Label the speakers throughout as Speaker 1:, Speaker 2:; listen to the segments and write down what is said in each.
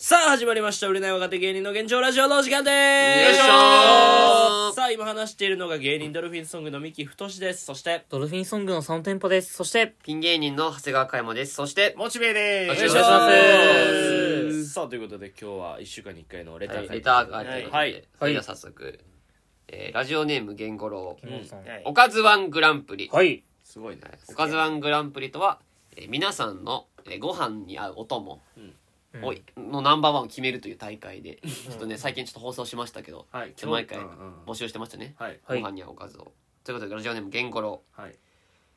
Speaker 1: さあ始まりました売れない若手芸人の現状ラジオのお時間で
Speaker 2: よ
Speaker 1: ーす
Speaker 2: いしょー
Speaker 1: さあ今話しているのが芸人ドルフィンソングの三木太志ですそして
Speaker 3: ドルフィンソングのサウンテンポです。そして、
Speaker 2: ピン芸人の長谷川嘉山です。そして、
Speaker 4: モチベで
Speaker 2: お
Speaker 4: ー
Speaker 2: 願いし
Speaker 3: ます
Speaker 1: すさあということで今日は1週間に1回のレタ
Speaker 2: は
Speaker 1: ー
Speaker 2: い
Speaker 1: 会
Speaker 2: レターがあ
Speaker 4: は
Speaker 2: る
Speaker 4: い
Speaker 2: ので、
Speaker 1: は
Speaker 2: はいい、それでは早速、えーラジオネームゲンゴロウ、
Speaker 3: モンさん
Speaker 4: はい
Speaker 2: おかずワングランプリ。
Speaker 3: はい。
Speaker 4: すごいね。
Speaker 2: おかずワングランプリとは、えー皆さんの、えーご飯に合うお供を、のナンバーワンを決めるという大会で、ちょっとね、最近ちょっと放送しましたけど、
Speaker 4: はい
Speaker 2: ちょっと毎回
Speaker 4: うんうん
Speaker 2: 募集してましたね。
Speaker 4: はい。
Speaker 3: はい
Speaker 2: ご飯に合うおかずを。ということで、ラジオネームゲンゴロウ、
Speaker 4: はい。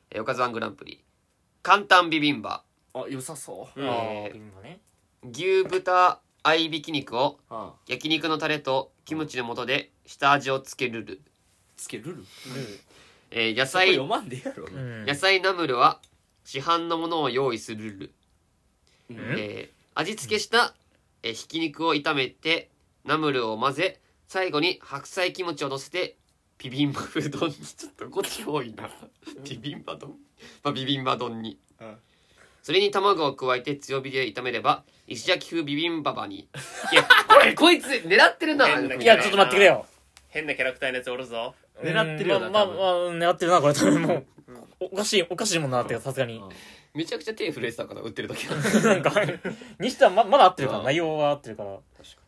Speaker 2: えーおかずワングランプリ、簡単ビビンバ、
Speaker 4: あ、良さそう。
Speaker 2: ん
Speaker 3: あ
Speaker 2: えー
Speaker 3: ー今ね。
Speaker 2: 牛豚合いびき肉を、
Speaker 4: あ、
Speaker 2: 焼肉のタレとキムチの素で下味をつけるる、
Speaker 4: つけるる。
Speaker 2: えー野
Speaker 1: これ
Speaker 2: 菜
Speaker 1: 読まんでやろ
Speaker 3: うん
Speaker 2: 野菜ナムルは市販のものを用意するる、えー味付けした、えーひき肉を炒めてナムルを混ぜ最後に白菜キムチを乗せてビビンバ風丼に ちょっとこっち多いなビビンバ丼まあビビンバ丼に
Speaker 4: うん
Speaker 2: それに卵を加えて強火で炒めれば石焼き風ビビンババ にいやこれこいつ狙ってるな
Speaker 4: 変な気
Speaker 3: いや、ちょっと待ってくれよ。
Speaker 4: 変なキャラクターのやつおるぞ。
Speaker 3: 狙ってるよな。まあ、まあ、まあ狙ってるな、これ。多分もう、おおかしい、おかしいもんなってる、さすがに。
Speaker 2: めちゃくちゃ手震えてたから売ってる時は
Speaker 3: なんか、にしてはままだ合ってるか
Speaker 2: う
Speaker 3: ら、
Speaker 2: ん
Speaker 3: 内容は合ってるから。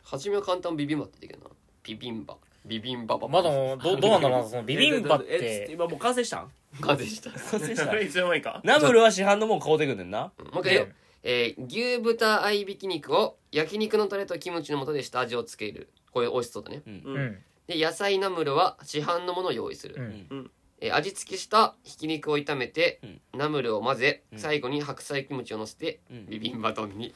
Speaker 2: 初めは簡単ビビンバって言ってたけどなビビンバビビンババ
Speaker 3: まだもう、どどうなんだろうな、その、ビ
Speaker 1: ビ
Speaker 3: ビンバっ
Speaker 1: え
Speaker 3: て。
Speaker 1: 今もう完成したん
Speaker 2: 完成した
Speaker 1: 完成 した
Speaker 4: いつの間にか。
Speaker 1: ナムルは市販のもん買うてくんねんな
Speaker 2: もう一回よ、えー牛豚合いびき肉を焼肉のタレとキムチの素で下味をつけるこれ美味しそうだね
Speaker 3: う。
Speaker 4: うん
Speaker 2: で野菜ナムルは市販のものを用意する、
Speaker 3: うん
Speaker 2: えー味付けしたひき肉を炒めて、
Speaker 1: うん
Speaker 2: ナムルを混ぜ
Speaker 1: うん
Speaker 2: 最後に白菜キムチをのせて、
Speaker 1: うん
Speaker 2: ビビンバ丼に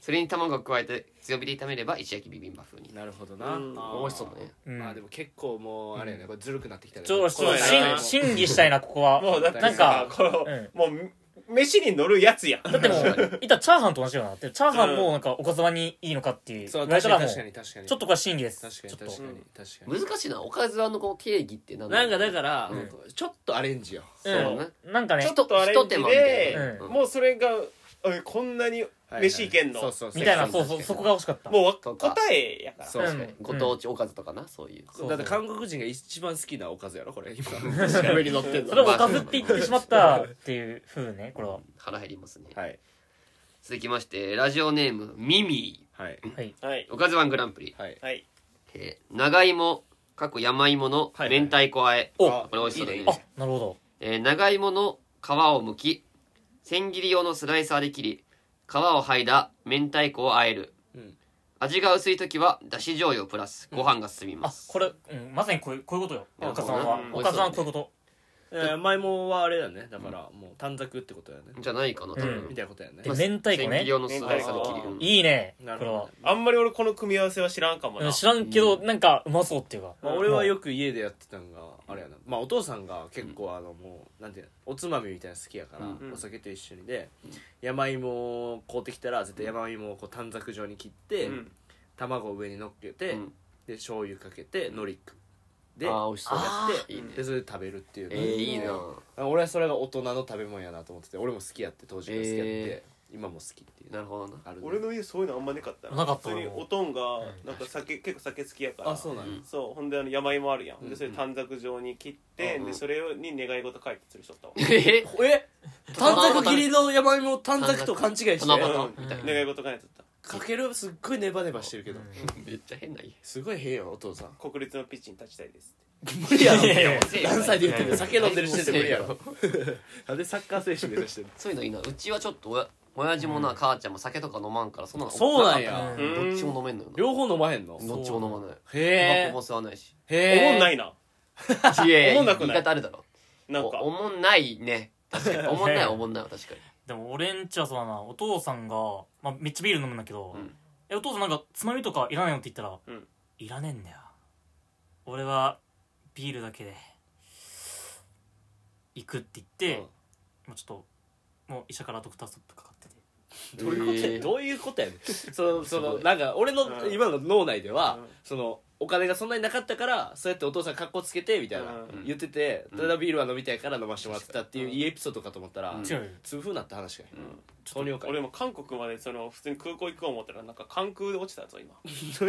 Speaker 2: それに卵を加えて強火で炒めれば石焼きビビンバ風に
Speaker 1: なるほどな
Speaker 4: うん
Speaker 1: あー
Speaker 2: 美味しそうだね
Speaker 3: うん
Speaker 4: まあでも結構もう、あれやね、これずるくなってきたね
Speaker 3: ちょっと、ちょっと
Speaker 4: こ
Speaker 3: し
Speaker 4: れ
Speaker 3: ん審議したいな、ここは。
Speaker 4: もうだって
Speaker 3: なんか
Speaker 4: さ、、この
Speaker 3: うん
Speaker 4: もう、飯に乗るやつや。
Speaker 3: だってもう、いったらチャーハンと同じような。でチャーハンもなんか、おかずまにいいのかっていう。
Speaker 4: そう、
Speaker 3: 言われ
Speaker 4: 確
Speaker 3: た
Speaker 4: からに
Speaker 3: もう
Speaker 4: 確か
Speaker 3: ち
Speaker 4: に確かに。
Speaker 3: ょっとこれは審議です。
Speaker 4: 確か
Speaker 3: ち
Speaker 4: に
Speaker 3: ょっと
Speaker 4: 確かに確かに。
Speaker 2: 難しいなおかずはのこの定義って何
Speaker 1: なんかだ
Speaker 2: か
Speaker 1: から
Speaker 2: うん
Speaker 4: ちょっとアレンジよ。
Speaker 2: そうね
Speaker 3: うん。なんかね
Speaker 4: ちょ、っとア
Speaker 2: ひ
Speaker 4: レ
Speaker 2: と
Speaker 4: ン
Speaker 2: 手
Speaker 4: ジ
Speaker 2: 間みたい
Speaker 3: な
Speaker 4: で
Speaker 3: う、ん
Speaker 4: もうそれが、えこんなに飯いけんの
Speaker 2: そう
Speaker 4: も
Speaker 2: そうそう
Speaker 3: みたいな、
Speaker 2: そ
Speaker 3: そううそう、そこが欲しかった。
Speaker 4: うわ
Speaker 2: そうか
Speaker 4: 答えやから。
Speaker 2: そうそう
Speaker 3: うん
Speaker 2: ご当地おかずとかなそういう
Speaker 3: そう
Speaker 1: だって韓国人が一番好きなおかずやろこれ今
Speaker 2: 上に乗ってんの
Speaker 3: それをおかずって言ってしまったっていう風ね、これ は。
Speaker 2: 腹減りますね
Speaker 4: はい。
Speaker 2: 続きましてラジオネームミミ
Speaker 4: はい。
Speaker 3: はい。
Speaker 4: はい。
Speaker 2: おかずワングランプリ、
Speaker 4: はい。はい。
Speaker 2: えー長芋過去山芋の
Speaker 4: はいはい
Speaker 2: 明太子和え、
Speaker 3: お
Speaker 4: あ
Speaker 2: これ美味しそうだね
Speaker 4: いいねいい
Speaker 3: あ
Speaker 4: ね、
Speaker 3: なるほど。
Speaker 2: えー長芋の皮を剥き千切り用のスライサーで切り皮を剥いだ明太子を和える、
Speaker 1: うん
Speaker 2: 味が薄い時はだし醤油をプラスご飯が進みま
Speaker 3: あ、
Speaker 2: す、
Speaker 3: これ、うん、まさにこういう、こういうことよ。
Speaker 2: いや
Speaker 3: おかずさんは
Speaker 4: そう。
Speaker 2: ね
Speaker 3: おかずさんはこういうこ
Speaker 1: えー前もはあれだねだからもう短冊ってことやね
Speaker 2: じゃないかな多分、
Speaker 3: うん
Speaker 1: みたいなことやね
Speaker 3: と。で、明太子
Speaker 2: 千切
Speaker 3: ね
Speaker 2: り。用のスライサーで切
Speaker 4: 明
Speaker 2: り
Speaker 4: 太、子
Speaker 2: うん
Speaker 3: いいね、
Speaker 1: な
Speaker 3: こ
Speaker 1: る
Speaker 3: れは
Speaker 1: ほ。
Speaker 4: あんまり俺この組み合わせは知らんかも
Speaker 3: う。
Speaker 4: なん
Speaker 3: 知らんけど、なんか、うまそうっていうか。
Speaker 1: まあ、俺は
Speaker 3: く。
Speaker 1: よく家でやってたんがあれやな、まあ、お父さんが結構あのもうなんていうのおつまみみたいなの好きやから、
Speaker 2: うん
Speaker 1: お酒と一緒にで、山芋を買うてきたら絶対山芋をこう短冊状に切って、
Speaker 4: うん
Speaker 1: 卵を上に乗っけて、
Speaker 2: うん
Speaker 1: で醤油かけて海苔で
Speaker 2: あ
Speaker 1: や
Speaker 2: あ美味しそう
Speaker 1: っ
Speaker 2: い
Speaker 1: て
Speaker 2: いね
Speaker 1: でそれで食べるっていう、
Speaker 2: えー、いいな
Speaker 1: 俺はそれが大人の食べ物やなと思ってて俺も好きやって当時が好きやって、
Speaker 2: え
Speaker 1: 今も好きっていう
Speaker 2: なるほどな
Speaker 1: あるね
Speaker 4: 俺の家そういうのあんまなかった
Speaker 3: なかった
Speaker 4: 普通におとんがなんか酒結構酒好きやから
Speaker 1: あそうなんや、
Speaker 2: うん
Speaker 4: そうほんであの山芋あるや
Speaker 1: うん
Speaker 4: んでそれ短冊状に切って
Speaker 2: うん
Speaker 4: でそれに願い事書いて釣りしとったわ
Speaker 2: え
Speaker 1: え 短冊切りの山芋を短冊と勘違いして
Speaker 2: 七夕
Speaker 4: うん
Speaker 2: みたいな、
Speaker 4: 願い事書いて釣った
Speaker 1: かけるすっごいネバネバしてるけど、
Speaker 2: めっちゃ変な家
Speaker 1: すごい変よお父さん
Speaker 4: 国立のピッチに立ちたいです
Speaker 1: 無理やろ
Speaker 3: いやいやいや
Speaker 1: 何歳で言ってんの
Speaker 2: うん
Speaker 1: 酒飲んでる時点で無理やろなんでサッカー選手目指してる
Speaker 2: そういうのいいなうちはちょっとおや親父もな、母ちゃんも酒とか飲まんからそんなの
Speaker 1: そうなんや
Speaker 2: かった
Speaker 4: うん
Speaker 2: どっちも飲めんのよな
Speaker 1: 両方飲まへんの
Speaker 2: どっちも飲まないタバ
Speaker 1: へ
Speaker 2: コも吸わないし
Speaker 1: え
Speaker 4: おもんないいない
Speaker 2: やいや
Speaker 4: おもんなくない
Speaker 2: 言い方あるだろ
Speaker 4: なんか
Speaker 2: おおもんないね確かにおもんないおもんないは確かに
Speaker 3: でも、俺んちはそうだな、お父さんが、まあ、めっちゃビール飲むんだけど
Speaker 2: うん、
Speaker 3: え、お父さんなんか、つまみとかいらないのって言ったら
Speaker 4: うん、
Speaker 3: いらねえんだよ。俺は、ビールだけで、行くって言って、もうちょっと、もう医者からドクターストップかかってて。
Speaker 1: どういうこと
Speaker 2: え
Speaker 1: や
Speaker 2: ー
Speaker 1: どういうことやねんそのそ
Speaker 2: す
Speaker 1: の
Speaker 2: ごい
Speaker 1: なんか俺の
Speaker 4: うん
Speaker 1: 今の脳内では
Speaker 4: うん
Speaker 1: そのお金がそんなになかったからそうやってお父さんかっこつけてみたいな
Speaker 4: うん
Speaker 1: 言っててただビールは飲みたいから飲ましてもらってたっていう
Speaker 4: うん
Speaker 1: いいエピソードかと思ったら
Speaker 2: うん
Speaker 3: 違うよ
Speaker 1: 痛風なった話かい
Speaker 2: ん
Speaker 1: 糖尿
Speaker 4: 俺
Speaker 1: 病
Speaker 4: も韓国までその普通に空港行く思ったらなんか関空で落ちた ぞ今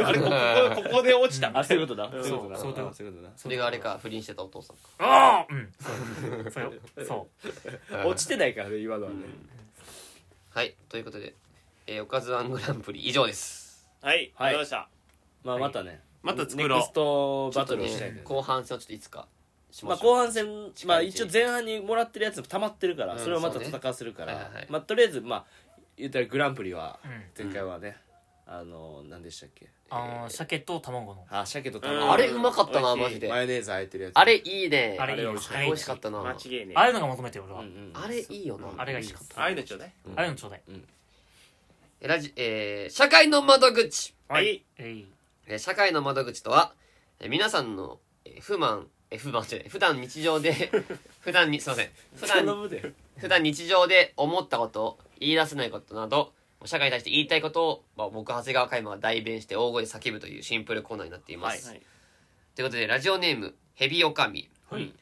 Speaker 4: あれここここで落ちた
Speaker 1: あそういうことな
Speaker 4: うん
Speaker 1: そういうことな
Speaker 3: そうだ
Speaker 1: あそういうことな
Speaker 2: それがあれか不倫してたお父さんか
Speaker 3: ああうんそうよそうよそう
Speaker 1: 落ちてないからね今のはね
Speaker 2: はいということで、えーおかずワングランプリ以上です
Speaker 4: はい
Speaker 1: はい
Speaker 4: わかりました
Speaker 1: まあ
Speaker 3: はい
Speaker 1: またね
Speaker 4: また作ろう
Speaker 1: ネクストバトルを
Speaker 2: ちょっ
Speaker 1: した
Speaker 2: と
Speaker 1: い
Speaker 2: ね
Speaker 1: ね
Speaker 2: 後半戦をちょっといつかし
Speaker 1: ま
Speaker 2: ま
Speaker 1: あ
Speaker 2: しょう
Speaker 1: 後半戦
Speaker 2: 近い
Speaker 1: まあ一応前半にもらってるやつ溜まってるか
Speaker 2: う
Speaker 1: ら
Speaker 2: ん
Speaker 1: それをまた
Speaker 2: そうね
Speaker 1: 戦わせるか
Speaker 2: はい
Speaker 1: ら
Speaker 2: はいはい
Speaker 1: まあとりあえずまあ言ったらグランプリは
Speaker 3: うん
Speaker 1: 前回はねあの何でしたっけ
Speaker 3: あー鮭と卵の
Speaker 1: あ鮭と
Speaker 4: うん
Speaker 1: 卵
Speaker 2: あれうまかったな
Speaker 4: 美
Speaker 2: マ
Speaker 4: 味
Speaker 2: ジ
Speaker 4: しい
Speaker 2: で
Speaker 1: マヨネーズあえてるやつ
Speaker 2: あれいいね
Speaker 3: あれいいよ
Speaker 2: 美味しかったな
Speaker 4: 間違いねえ
Speaker 3: ああいうのが求めてる俺
Speaker 1: うん
Speaker 3: は
Speaker 1: うん
Speaker 2: あれいいよな
Speaker 3: あれがいいかった
Speaker 4: ああいうのちょうだい
Speaker 3: あれのちょうだい
Speaker 2: えラジ、えー社会の窓口、
Speaker 4: はい
Speaker 3: えい
Speaker 2: えー社会の窓口とは、えー皆さんの、えー不満、えー不満じゃない、普段日常で、 普段に、すいません、普
Speaker 1: 頼
Speaker 2: 段、
Speaker 1: むで
Speaker 2: 普段日常で思ったこと、言い出せないことなど、社会に対して言いたいことを、まあ、僕、長谷川海馬が代弁して大声で叫ぶというシンプルコーナーになっています。
Speaker 4: はい。
Speaker 2: ということで、ラジオネーム、ヘビオカミ。
Speaker 1: はい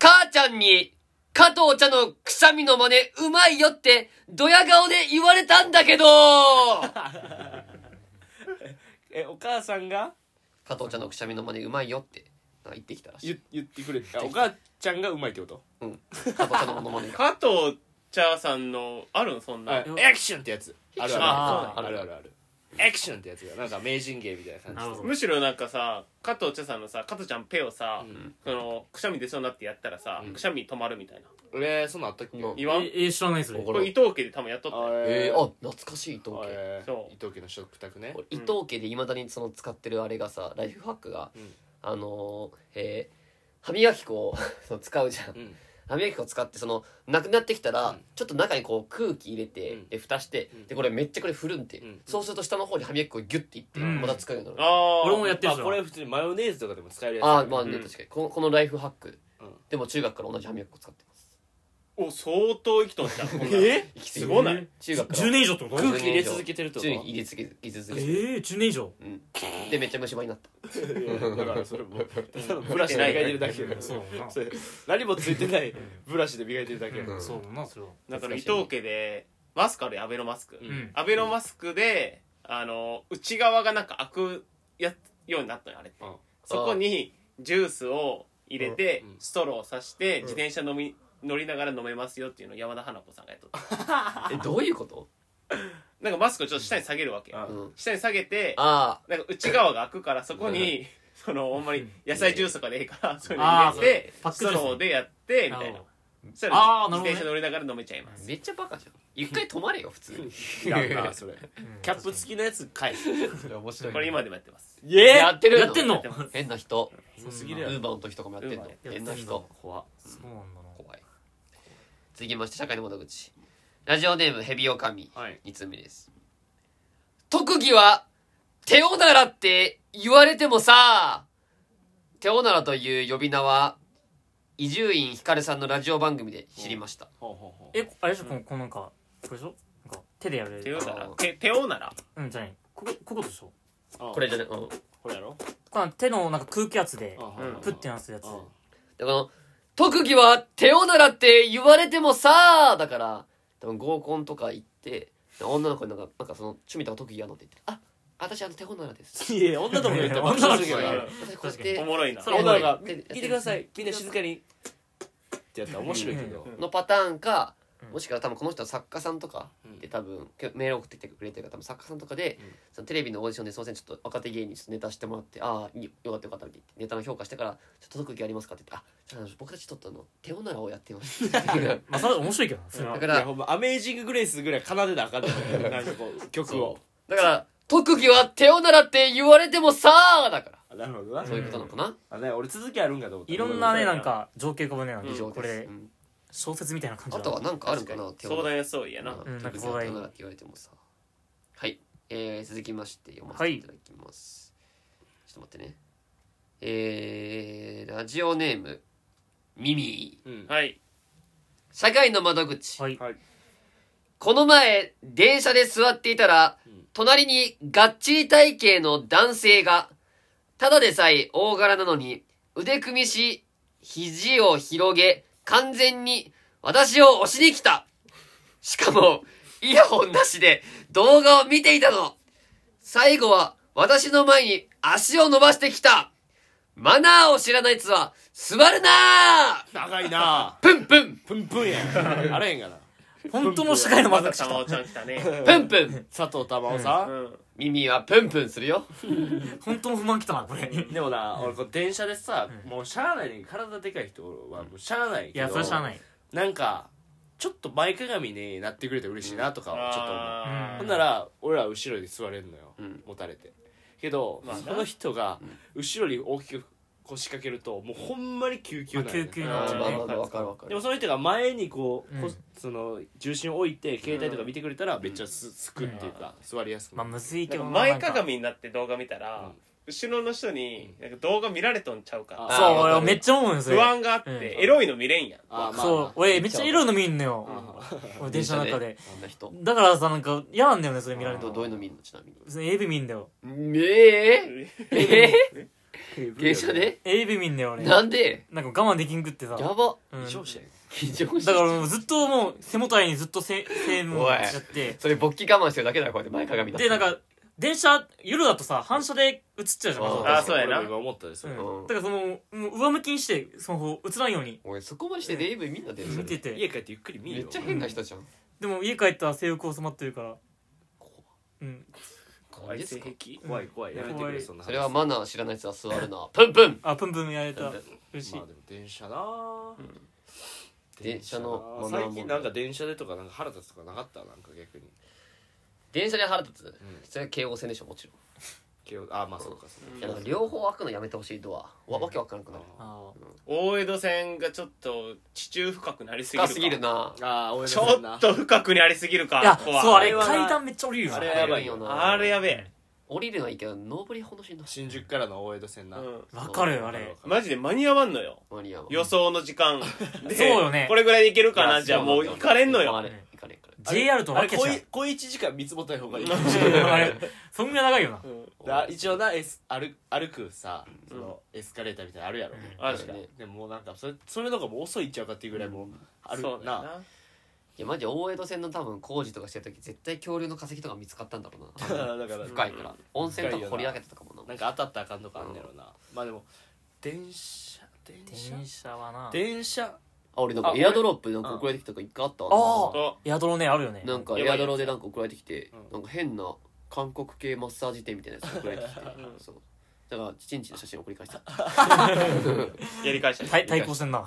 Speaker 2: 母ちゃんに、加藤茶のくしゃみの真似、うまいよって、ドヤ顔で言われたんだけど
Speaker 1: えお母さんが
Speaker 2: 加藤茶のくしゃみの真似、うまいよって、なんか言ってきたらしい。
Speaker 1: 言言ってくれたお母ちゃんがうまいってこと
Speaker 2: うん。加藤茶のものまね
Speaker 4: 加藤茶さんのあるのそんな
Speaker 1: はいエクションってやつあるあ
Speaker 3: あ
Speaker 1: るあるあるあるエクションってやつがなんか名人芸みたいな感じ
Speaker 3: なるほど
Speaker 4: むし ろなんかさ加藤茶さんのさ加藤ちゃんペをさ、
Speaker 1: うん
Speaker 4: そのくしゃみ出そうになってやったらさ、くしゃみ止まるみたいな
Speaker 1: えーそんなんあったっけ
Speaker 2: うん
Speaker 4: 言わん
Speaker 3: ええ知らないそれ
Speaker 2: わ
Speaker 4: これ伊藤家で多分やっとったよ
Speaker 2: えー、あ、懐かしい伊藤
Speaker 1: あ
Speaker 2: 家。
Speaker 1: れ
Speaker 4: そう
Speaker 1: 伊藤家の食卓ね
Speaker 2: 俺伊藤家でいまだにその使ってるあれがさ、ライフハックが、
Speaker 1: うん
Speaker 2: あのー、えー歯磨き粉を その使うじゃん
Speaker 1: う。ん
Speaker 2: 歯磨き粉使ってそのなくなってきたら、
Speaker 1: うん
Speaker 2: ちょっと中にこう空気入れて、
Speaker 1: うん
Speaker 2: で蓋して、
Speaker 1: うん
Speaker 2: でこれめっちゃこれ振るんって、
Speaker 1: うん
Speaker 2: そうすると下の方に歯磨き粉をギュッていって、
Speaker 3: うん
Speaker 2: また使うようになる、
Speaker 4: あー
Speaker 3: 俺もやってる
Speaker 1: ま
Speaker 3: じ
Speaker 1: あ
Speaker 3: ゃ
Speaker 1: これ
Speaker 3: ん
Speaker 1: 普通にマヨネーズとかでも使えるやつ
Speaker 2: ああまあね、
Speaker 4: うん
Speaker 2: 確かにこのこのライフハック、
Speaker 1: うん
Speaker 2: でも中学から同じ歯磨き粉使ってます
Speaker 4: お相当生きとんじゃ んこんなん
Speaker 2: 生きて
Speaker 4: す
Speaker 2: る
Speaker 4: ごない
Speaker 2: 中学から
Speaker 3: 10年以上ってこと
Speaker 1: 空気入れ続けてるってこと
Speaker 2: 中学入れ続け続けて、
Speaker 3: ええ10年以上
Speaker 2: うん、でめっちゃ虫歯になった
Speaker 1: だからそれも ただブラシ
Speaker 4: な
Speaker 1: で
Speaker 4: い
Speaker 1: 磨いてるだけ
Speaker 3: うんそうだな
Speaker 1: それ何もついてないブラシで磨いてるだけ
Speaker 2: うん
Speaker 3: そうだなそれは
Speaker 4: だから伊藤家でマスクあるよアベノマスク、
Speaker 1: う
Speaker 3: うん
Speaker 4: アベノマスクであの内側がなんか開くやようになったのよあれって
Speaker 1: うん
Speaker 4: そこにジュースを入れて、
Speaker 1: うん
Speaker 4: ストローをさして、自転車飲み乗りながら飲めますよっていうのを山田花子さんがやっとった
Speaker 2: えどういうこと、
Speaker 4: なんかマスクをちょっと下に下げるわけ
Speaker 1: あ
Speaker 2: うん、
Speaker 4: 下に下げて
Speaker 2: あ
Speaker 4: なんか内側が開くからそこ
Speaker 2: はい
Speaker 4: にそのほんまに野菜ジュースとかでええからそういうの
Speaker 3: あー
Speaker 4: 入れて
Speaker 3: パック
Speaker 4: ス
Speaker 3: ジュー
Speaker 4: ト
Speaker 3: ス
Speaker 4: ローでやってみたいな
Speaker 3: なるほ
Speaker 4: そしたら
Speaker 3: あーなるほ
Speaker 4: 自
Speaker 3: どね
Speaker 4: 転車乗りながら飲めちゃいます
Speaker 2: あめっちゃバカじゃん一回止まれよ普通に
Speaker 1: いやなそれキャップ
Speaker 3: き
Speaker 1: 付きのやつ買え
Speaker 2: 面白
Speaker 4: これ今でもやってます
Speaker 1: え
Speaker 2: やってる
Speaker 3: やってん
Speaker 4: やっ
Speaker 3: の
Speaker 4: てます
Speaker 2: 変な人
Speaker 1: そうすぎ
Speaker 2: ウ
Speaker 1: るやろ
Speaker 2: ーバーの時とかもやってんの
Speaker 4: Uber やって
Speaker 3: る
Speaker 2: 変な人
Speaker 1: 怖っ
Speaker 3: そうなんだな
Speaker 2: 怖い続きまして社会の窓口ラジオネームヘビオカミ
Speaker 1: はい
Speaker 2: 2つ目です特技は手おならって言われてもさ手おならという呼び名は伊集院光さんのラジオ番組で知りました
Speaker 1: ほうほうほう
Speaker 3: えあれでしょこのこのなんかこれでしょなんか手でやる
Speaker 4: 手をなら
Speaker 2: あー
Speaker 4: 手手をなら
Speaker 3: うんじゃないこここういうことでしょ
Speaker 1: あ
Speaker 2: これじゃない、うん、
Speaker 1: これやろ
Speaker 3: この手のなんか空気圧で
Speaker 4: うん
Speaker 3: プッてなすやつ
Speaker 1: うん
Speaker 2: でこの、特技は手をならって言われてもさだから、多分合コンとか行って、女の子になんか、なんかその趣味とか特技やのって言って、あ、私あの手本ならです。
Speaker 1: いや女とも言ったら
Speaker 3: 女の
Speaker 1: す
Speaker 3: 子
Speaker 1: ぎ
Speaker 3: や
Speaker 1: る
Speaker 3: る
Speaker 1: や
Speaker 2: 私こうやって
Speaker 4: お、もろいな
Speaker 3: それおも
Speaker 1: 女
Speaker 3: ろ
Speaker 1: の子が
Speaker 2: 手で
Speaker 1: 聞いてくださいみんな静かにってやったら面白いけど
Speaker 4: うん
Speaker 2: のパターンか
Speaker 3: う、ん
Speaker 2: もしくは多分この人は作家さんとかで多分今日メール送ってきてくれてるから多分作家さんとかで
Speaker 1: うん
Speaker 2: そのテレビのオーディションですいませんちょっと若手芸人にちょっとネタしてもらってああいいよかったよかったって言ってネタの評価してからちょっと特技ありますかって言ってあじゃあ僕たちちょっとあの手おならをやってますだか
Speaker 3: まあそれ面白いけどなそれは
Speaker 1: いや
Speaker 2: ら
Speaker 1: ほんまアメージンググレイスぐらい奏でなあかんねんなんかこう曲を
Speaker 2: だから特技は手おならって言われてもさあだから
Speaker 1: なるほどな
Speaker 2: そういうことなのかな、
Speaker 1: あね俺続きあるんかと思った
Speaker 3: いろんなねなんか情景浮かぶねなんか
Speaker 2: 以上
Speaker 3: こ
Speaker 2: です
Speaker 3: れ
Speaker 2: うん
Speaker 3: 小説みたいな感じ
Speaker 2: あ
Speaker 3: だ
Speaker 2: とはなんかあるんかな手
Speaker 4: 壮
Speaker 2: おなら
Speaker 4: 大なそうやな、
Speaker 3: うんなんか
Speaker 2: 特技
Speaker 3: 壮
Speaker 2: は
Speaker 3: 大
Speaker 2: 手おならって言われてもさはい、えー、続きまして読ませていただきます、ちょっと待ってねえー、ラジオネームミミ
Speaker 1: うん
Speaker 4: はい
Speaker 2: 社会の窓口、
Speaker 3: はい
Speaker 1: はい
Speaker 2: この前電車で座っていたら、
Speaker 1: うん
Speaker 2: 隣にがっちり体型の男性が
Speaker 1: うん
Speaker 2: ただでさえ大柄なのに、腕組みし、肘を広げ、完全に私を押しに来た。しかも、イヤホンなしで動画を見ていたの。最後は私の前に足を伸ばしてきた。マナーを知らない奴は座るな
Speaker 1: 長いな
Speaker 2: プンプン
Speaker 1: プンプンやんあれへんがな
Speaker 3: 本当の社会の真ん
Speaker 4: ま
Speaker 3: 中
Speaker 4: さ
Speaker 3: 来
Speaker 4: か玉
Speaker 3: た
Speaker 4: 緒ちゃん来たね。
Speaker 2: プンプン
Speaker 1: 佐藤珠緒さ
Speaker 4: う、ん。
Speaker 2: 耳はプンプンするよ。
Speaker 3: 本当の不満来たなこれい
Speaker 1: でもな俺こう電車でさもうしゃあないねん体でかい人はもうしゃあないけど
Speaker 3: やそれしゃあない
Speaker 1: なんかちょっと前かがみになってくれて嬉しいなとかはちょっと思う
Speaker 4: あ
Speaker 3: ー
Speaker 1: ほんなら俺ら後ろに座れるのよ、
Speaker 2: うん
Speaker 1: 持たれてけど、
Speaker 4: まあな
Speaker 1: その人が後ろに大きく腰掛けるともうほんまに救急なんよね
Speaker 3: 救急
Speaker 4: まあ
Speaker 3: な
Speaker 4: まあまあ
Speaker 2: かるわか
Speaker 1: でも。その人が前にこう、こ
Speaker 3: うん
Speaker 1: その重心を置いて携帯とか見てくれたらめっちゃすすくっていうか、座りやすく
Speaker 3: ま
Speaker 1: な
Speaker 3: あ
Speaker 1: る、
Speaker 3: むずい
Speaker 4: な
Speaker 3: け
Speaker 4: ん
Speaker 3: ど
Speaker 4: か
Speaker 3: な
Speaker 4: 前か
Speaker 3: なんか
Speaker 4: がみになって動画見たら、
Speaker 1: うん
Speaker 4: 後ろの人になんか動画見られとんちゃうか
Speaker 1: あ
Speaker 2: ー
Speaker 3: そう
Speaker 2: わかる
Speaker 3: 俺めっちゃ思うんですよ
Speaker 4: 不安があって、
Speaker 3: うん
Speaker 4: エロいの見れんやん
Speaker 1: あーまあ
Speaker 3: そう俺めっちゃ色
Speaker 1: の
Speaker 3: の見んのよ
Speaker 1: あ
Speaker 3: 俺電車の中で
Speaker 2: あんな人。
Speaker 3: だからさなんか嫌なんだよねそれ見られる
Speaker 2: ど
Speaker 3: と
Speaker 2: どういうの見んのちなみに。
Speaker 3: 別に AV 見んだよ
Speaker 2: えええ
Speaker 1: ー
Speaker 2: え芸者で
Speaker 3: AV 見んだよ俺な
Speaker 2: なんで
Speaker 3: んか我慢できんくってさ
Speaker 2: やば。
Speaker 3: うん
Speaker 2: 異常者やん異常者
Speaker 3: だからもうずっともう背もたれにずっとせ背も
Speaker 2: おい
Speaker 3: しちゃって
Speaker 2: それ勃起我慢してるだけだよこうやって前鏡だ
Speaker 3: でなんか電車夜だとさ反射で映っちゃうじゃん
Speaker 2: あー
Speaker 3: 画像
Speaker 4: あーそうやな
Speaker 1: 俺も今思ったです、
Speaker 3: うん
Speaker 2: うん
Speaker 3: だからそのもう上向きにしてスマホ映らんように
Speaker 2: 俺そこまでして AV みんな出る
Speaker 3: 見てて
Speaker 1: 家帰ってゆっくり見る
Speaker 2: め
Speaker 1: よ
Speaker 2: っちゃ変な人じゃん
Speaker 3: でも家帰ったら性欲を染まってるからうん
Speaker 2: 怖いですか
Speaker 1: 怖い怖いやめてく
Speaker 3: 怖
Speaker 1: れ
Speaker 3: い
Speaker 1: そんな話
Speaker 2: それはマナー知らないやつは座るなプンプン
Speaker 3: あプンプンやれた嬉しい
Speaker 1: まあでも電車なあ、
Speaker 2: 電車の
Speaker 1: 電車なあ最近なんか電車でとかなんか腹立つとかなかったなんか逆に
Speaker 2: 電車で腹立つそれは京王線でしょもちろ
Speaker 1: けどあまあそうかそうか
Speaker 2: んいやなんか両方開くのやめてほしいドアわわけわからなくなる
Speaker 3: あ
Speaker 4: 大江戸線がちょっと地中深くなりすぎる
Speaker 2: 深
Speaker 4: か
Speaker 2: すぎるな
Speaker 1: ああ俺
Speaker 4: ちょっと深くなりすぎるか
Speaker 3: ーいや
Speaker 4: ここは
Speaker 3: そうあ
Speaker 1: あ
Speaker 3: れ
Speaker 1: れはな
Speaker 3: 階段めっちゃ降りるよ
Speaker 1: あれ
Speaker 3: な
Speaker 1: はやばいよ
Speaker 2: な
Speaker 4: あれやべえ、
Speaker 2: 降りるのはいいけど上りほどしんどい
Speaker 1: 新宿からの大江戸線な、
Speaker 4: うん、
Speaker 3: わかるよあれ
Speaker 4: マジで間に合わんのよ
Speaker 2: マリアは
Speaker 4: 予想の時間で
Speaker 3: そうよね
Speaker 4: これぐらいでいけるか
Speaker 2: い
Speaker 4: な
Speaker 2: や
Speaker 4: じゃあもう
Speaker 2: そ
Speaker 4: 行
Speaker 2: なんだ
Speaker 4: かれんのよ
Speaker 2: 行かれん行かれんから
Speaker 3: JR と
Speaker 1: あ
Speaker 3: 分
Speaker 1: れ
Speaker 3: けち
Speaker 1: 小
Speaker 3: ゃ
Speaker 1: い小一時間見積もった方がいい
Speaker 3: うあれそんぐらい長いよな
Speaker 1: だ一応なエス歩歩くさそのエスカレーターみたいなのあるやろ、
Speaker 4: ある
Speaker 2: 確かに
Speaker 1: でももうなんかそれそれの方がもう遅いんちゃうかっていうぐらいもう歩
Speaker 4: そう
Speaker 1: く
Speaker 4: だよ
Speaker 1: な
Speaker 2: いやマジで大江戸線の多分工事とかしてる時絶対恐竜の化石とか見つかったんだろ う
Speaker 1: だ
Speaker 2: な
Speaker 1: から
Speaker 2: 深いから温泉とか掘り上げてたかもな
Speaker 1: なんか当たったらあかんとかあんねやろな、まあでも電車電車
Speaker 3: 電車はな
Speaker 1: 電車
Speaker 2: あ俺なんか
Speaker 1: あ
Speaker 2: エアドロップなんか送られてきたとか一回あったわ
Speaker 3: あ
Speaker 4: あ
Speaker 3: 宿のねあるよね
Speaker 2: なんか
Speaker 4: や
Speaker 2: エ
Speaker 4: ば
Speaker 2: ア
Speaker 4: いやつ
Speaker 2: ドロでなんか送られてきて
Speaker 1: うん
Speaker 2: なんか変な韓国系マッサージ店みたいなやつ送られてきてそうだからチンチンの写真送り 返した
Speaker 4: やり返した
Speaker 3: 対対抗戦な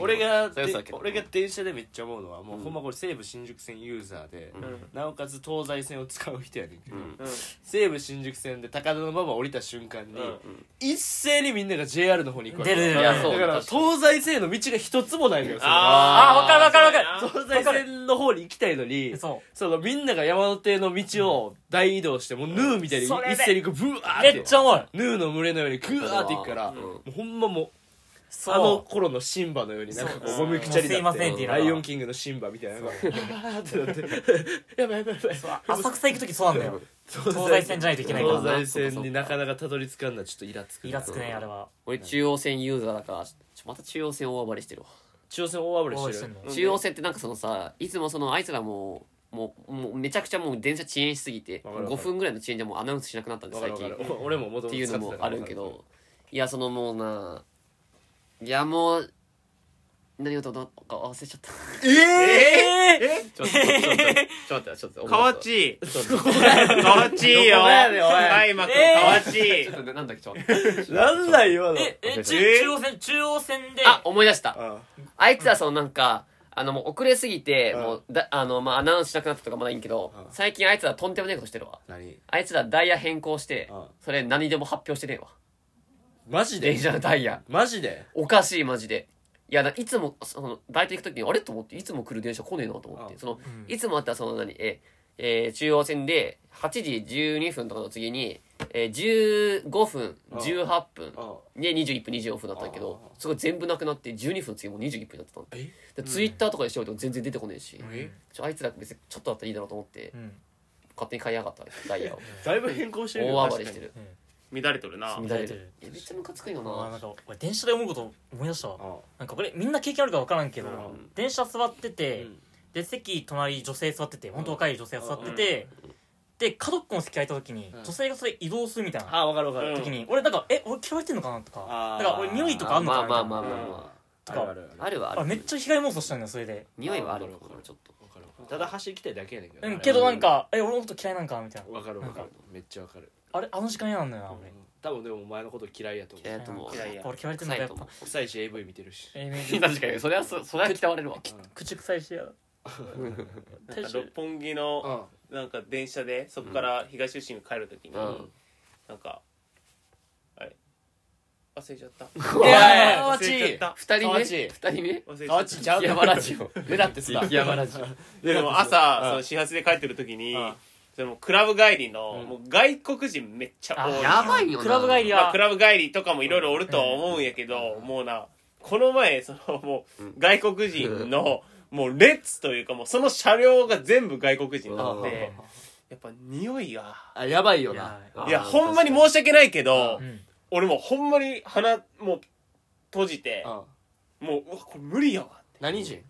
Speaker 1: 俺が
Speaker 2: そういうやつだっけ
Speaker 1: 俺が電車でめっちゃ思うのはもう、
Speaker 2: うん
Speaker 1: ほんまこれ西武新宿線ユーザーで、
Speaker 2: う
Speaker 4: うん
Speaker 2: ん
Speaker 1: なおかつ東西線を使う人やねんけど、
Speaker 2: うん
Speaker 4: うん
Speaker 1: 西武新宿線で高田の馬場降りた瞬間に、
Speaker 4: うん
Speaker 1: 一斉にみんなが JR の方に行くわけ
Speaker 3: 出る出
Speaker 2: る
Speaker 1: いやそう
Speaker 2: 出る
Speaker 1: だから
Speaker 2: 確かに
Speaker 1: 東西線への道が一つもないのよそれ
Speaker 3: あーわかるわかるわかる
Speaker 4: そう
Speaker 1: 東西線の方に行きたいのに
Speaker 3: そ
Speaker 1: そのみんなが山手の道を大移動してもうヌーみたいに
Speaker 3: それで
Speaker 1: 一斉にこうブワー
Speaker 3: う
Speaker 1: って
Speaker 3: めっちゃおもろい
Speaker 1: ヌーの群れのようにグワーって行くから
Speaker 2: うん
Speaker 1: もうほんまもう
Speaker 3: そう
Speaker 1: あの頃のシンバのようになんかこ
Speaker 4: そ
Speaker 1: う
Speaker 4: う
Speaker 1: もみくちゃりになっ
Speaker 3: もうすいませんってて言い
Speaker 1: ラ
Speaker 3: ながら
Speaker 1: イオンキングのシンバみたいなのがブワーってなって やばいやばいやばい
Speaker 3: 浅草行く時そうなんだよ
Speaker 1: 東
Speaker 3: 東西線じゃないといけないか
Speaker 2: な
Speaker 3: ら
Speaker 1: 東西線になかなかたどり着かんのはちょっとイラつく
Speaker 3: イラつくねあれは
Speaker 2: 俺中央線ユーザーだからちょっとまた中央線大暴れしてるわ
Speaker 1: 中央線大暴れ
Speaker 3: 応援
Speaker 1: し
Speaker 3: してて
Speaker 1: る
Speaker 3: んの
Speaker 4: うん
Speaker 2: 中央線ってなんかそのさいつもそのあいつらもうもうもうめちゃくちゃもう電車遅延しすぎて
Speaker 1: わかるわか
Speaker 2: 5
Speaker 1: る
Speaker 2: 分ぐらいの遅延じゃもうアナウンスしなくなったんで
Speaker 1: わかる
Speaker 2: 最
Speaker 1: わか
Speaker 2: 近
Speaker 1: るお俺も元々
Speaker 2: っていうのもある
Speaker 1: 使ってた
Speaker 2: け
Speaker 1: から
Speaker 2: どいやそのもうないやもう何事だか忘れちゃった
Speaker 3: ええ
Speaker 2: ちょっとちょっとちょっと待ってちょっと
Speaker 4: 河
Speaker 2: ち
Speaker 4: 内河内よ
Speaker 1: どこやねんおい
Speaker 4: はい幕河 内
Speaker 2: ょっとなんだっけちょっと待っ て
Speaker 1: なんだ今の
Speaker 3: ええ中
Speaker 4: え
Speaker 3: 中央線中央線 で
Speaker 2: あ思い出した
Speaker 1: あ
Speaker 2: あいつはそのなんか、あのもう遅れすぎて、
Speaker 1: うん
Speaker 2: もうだあのまあアナウンスしなくなったとかまだいいけど、
Speaker 1: うん
Speaker 2: 最近あいつらとんでもねえことしてるわ
Speaker 1: 何
Speaker 2: あいつらダイヤ変更して、
Speaker 1: うん
Speaker 2: それ何でも発表してねえわ
Speaker 1: マジ
Speaker 2: 電
Speaker 1: で
Speaker 2: 車のダイヤ
Speaker 1: マジで
Speaker 2: おかしいマジでいやないつもそのバイト行く時にあれと思っていつも来る電車来ねえなと思って、
Speaker 1: うん
Speaker 2: その
Speaker 3: ん
Speaker 2: いつもあったらその何ええー中央線で8時12分とかの次に、えー、15分
Speaker 1: うん
Speaker 2: 18分
Speaker 1: うん
Speaker 2: で21分24分だったけど
Speaker 1: うん
Speaker 2: そこ全部なくなって12分の次もう21分になってたの
Speaker 1: え
Speaker 2: でツイッターとかで調べても全然出てこねえし、
Speaker 1: え
Speaker 2: ちょあいつら別にちょっとだったらいいだろうと思って
Speaker 3: うん
Speaker 2: 勝手に買いやがったダイヤを
Speaker 1: だいぶ変更してるよ
Speaker 2: 大暴れしてる
Speaker 3: うん
Speaker 4: 乱れとるな
Speaker 3: 乱れてる
Speaker 2: えめっちゃムカつくよ
Speaker 3: あーな
Speaker 2: なん
Speaker 3: か俺電車で思うこと思い出したわ
Speaker 1: あ
Speaker 3: なんかこれみんな経験あるか分からんけど、
Speaker 1: うん
Speaker 3: 電車座って
Speaker 1: う
Speaker 3: て、
Speaker 1: ん
Speaker 3: で席隣に女性座ってて本当若い女性が座ってて、で角っこの席空いた時に、
Speaker 1: うん
Speaker 3: 女性がそれ移動するみたいな
Speaker 1: あ分かる分かる、
Speaker 4: うん
Speaker 3: 時に、俺なんかえ俺嫌われてんのかなとか
Speaker 1: あー
Speaker 3: だから俺匂いとかあんのかなみた
Speaker 2: ま
Speaker 3: い
Speaker 2: あ
Speaker 3: な
Speaker 2: まあまあまあ
Speaker 4: うん
Speaker 2: ま
Speaker 1: あるある
Speaker 2: ああるは
Speaker 3: あ
Speaker 2: ある
Speaker 3: めっちゃ被害妄想したんだよそれで
Speaker 2: 匂いはあるよ
Speaker 1: あー
Speaker 2: これちょっと
Speaker 1: 分かるただ走りきたいだけやねんけど
Speaker 3: う
Speaker 1: ね、
Speaker 3: んけどなんかえ俺のこと嫌いなんかみたいな
Speaker 1: 分かる分かるめっちゃ分かる、
Speaker 3: あれあの時間嫌なんだよな
Speaker 1: うん
Speaker 3: 俺、
Speaker 1: 多分でもお前のこと嫌いやと思
Speaker 2: 嫌
Speaker 1: う
Speaker 2: いだと思う
Speaker 4: 嫌い
Speaker 3: やっぱ俺嫌われてんの
Speaker 2: 臭
Speaker 3: かや
Speaker 2: い
Speaker 3: っ
Speaker 2: と
Speaker 3: ぱ
Speaker 2: 思う
Speaker 1: 臭いし AV 見てるし、
Speaker 3: えー
Speaker 2: 確かにそれはそそれは嫌われるわ
Speaker 3: 口臭いしやだ
Speaker 4: なんか六本木の
Speaker 1: あ
Speaker 4: なんか電車でそこから東出身に帰るときに、
Speaker 2: うん
Speaker 4: なんかあれ忘れちゃった
Speaker 2: いやいや
Speaker 4: 忘れちゃった
Speaker 2: 二人
Speaker 1: 友
Speaker 2: 目
Speaker 1: 達
Speaker 2: 二人目
Speaker 4: 忘れちゃ
Speaker 1: あ
Speaker 4: っ
Speaker 1: ちち
Speaker 4: た
Speaker 1: ゃう
Speaker 2: 雪山ラジオ目立ってすだ雪山ラジオ
Speaker 4: でも朝その始発で帰ってるときに
Speaker 1: うん
Speaker 4: そのクラブ帰りの、
Speaker 1: うん
Speaker 4: もう外国人めっちゃ多 い
Speaker 2: やばいよな
Speaker 3: クラブ帰り
Speaker 4: まあ、
Speaker 3: は
Speaker 4: クラブ帰りとかもいろいろおるとは思うんやけど、もうなこの前そのもう、
Speaker 2: うん
Speaker 4: 外国人の、もう列というかもうその車両が全部外国人なのでやっぱ匂いが
Speaker 2: あやばいよない
Speaker 4: やほんまに申し訳ないけど
Speaker 3: うん
Speaker 4: 俺もうほんまに鼻もう閉じて
Speaker 1: うん
Speaker 4: もううわこれ無理やわって
Speaker 1: 何人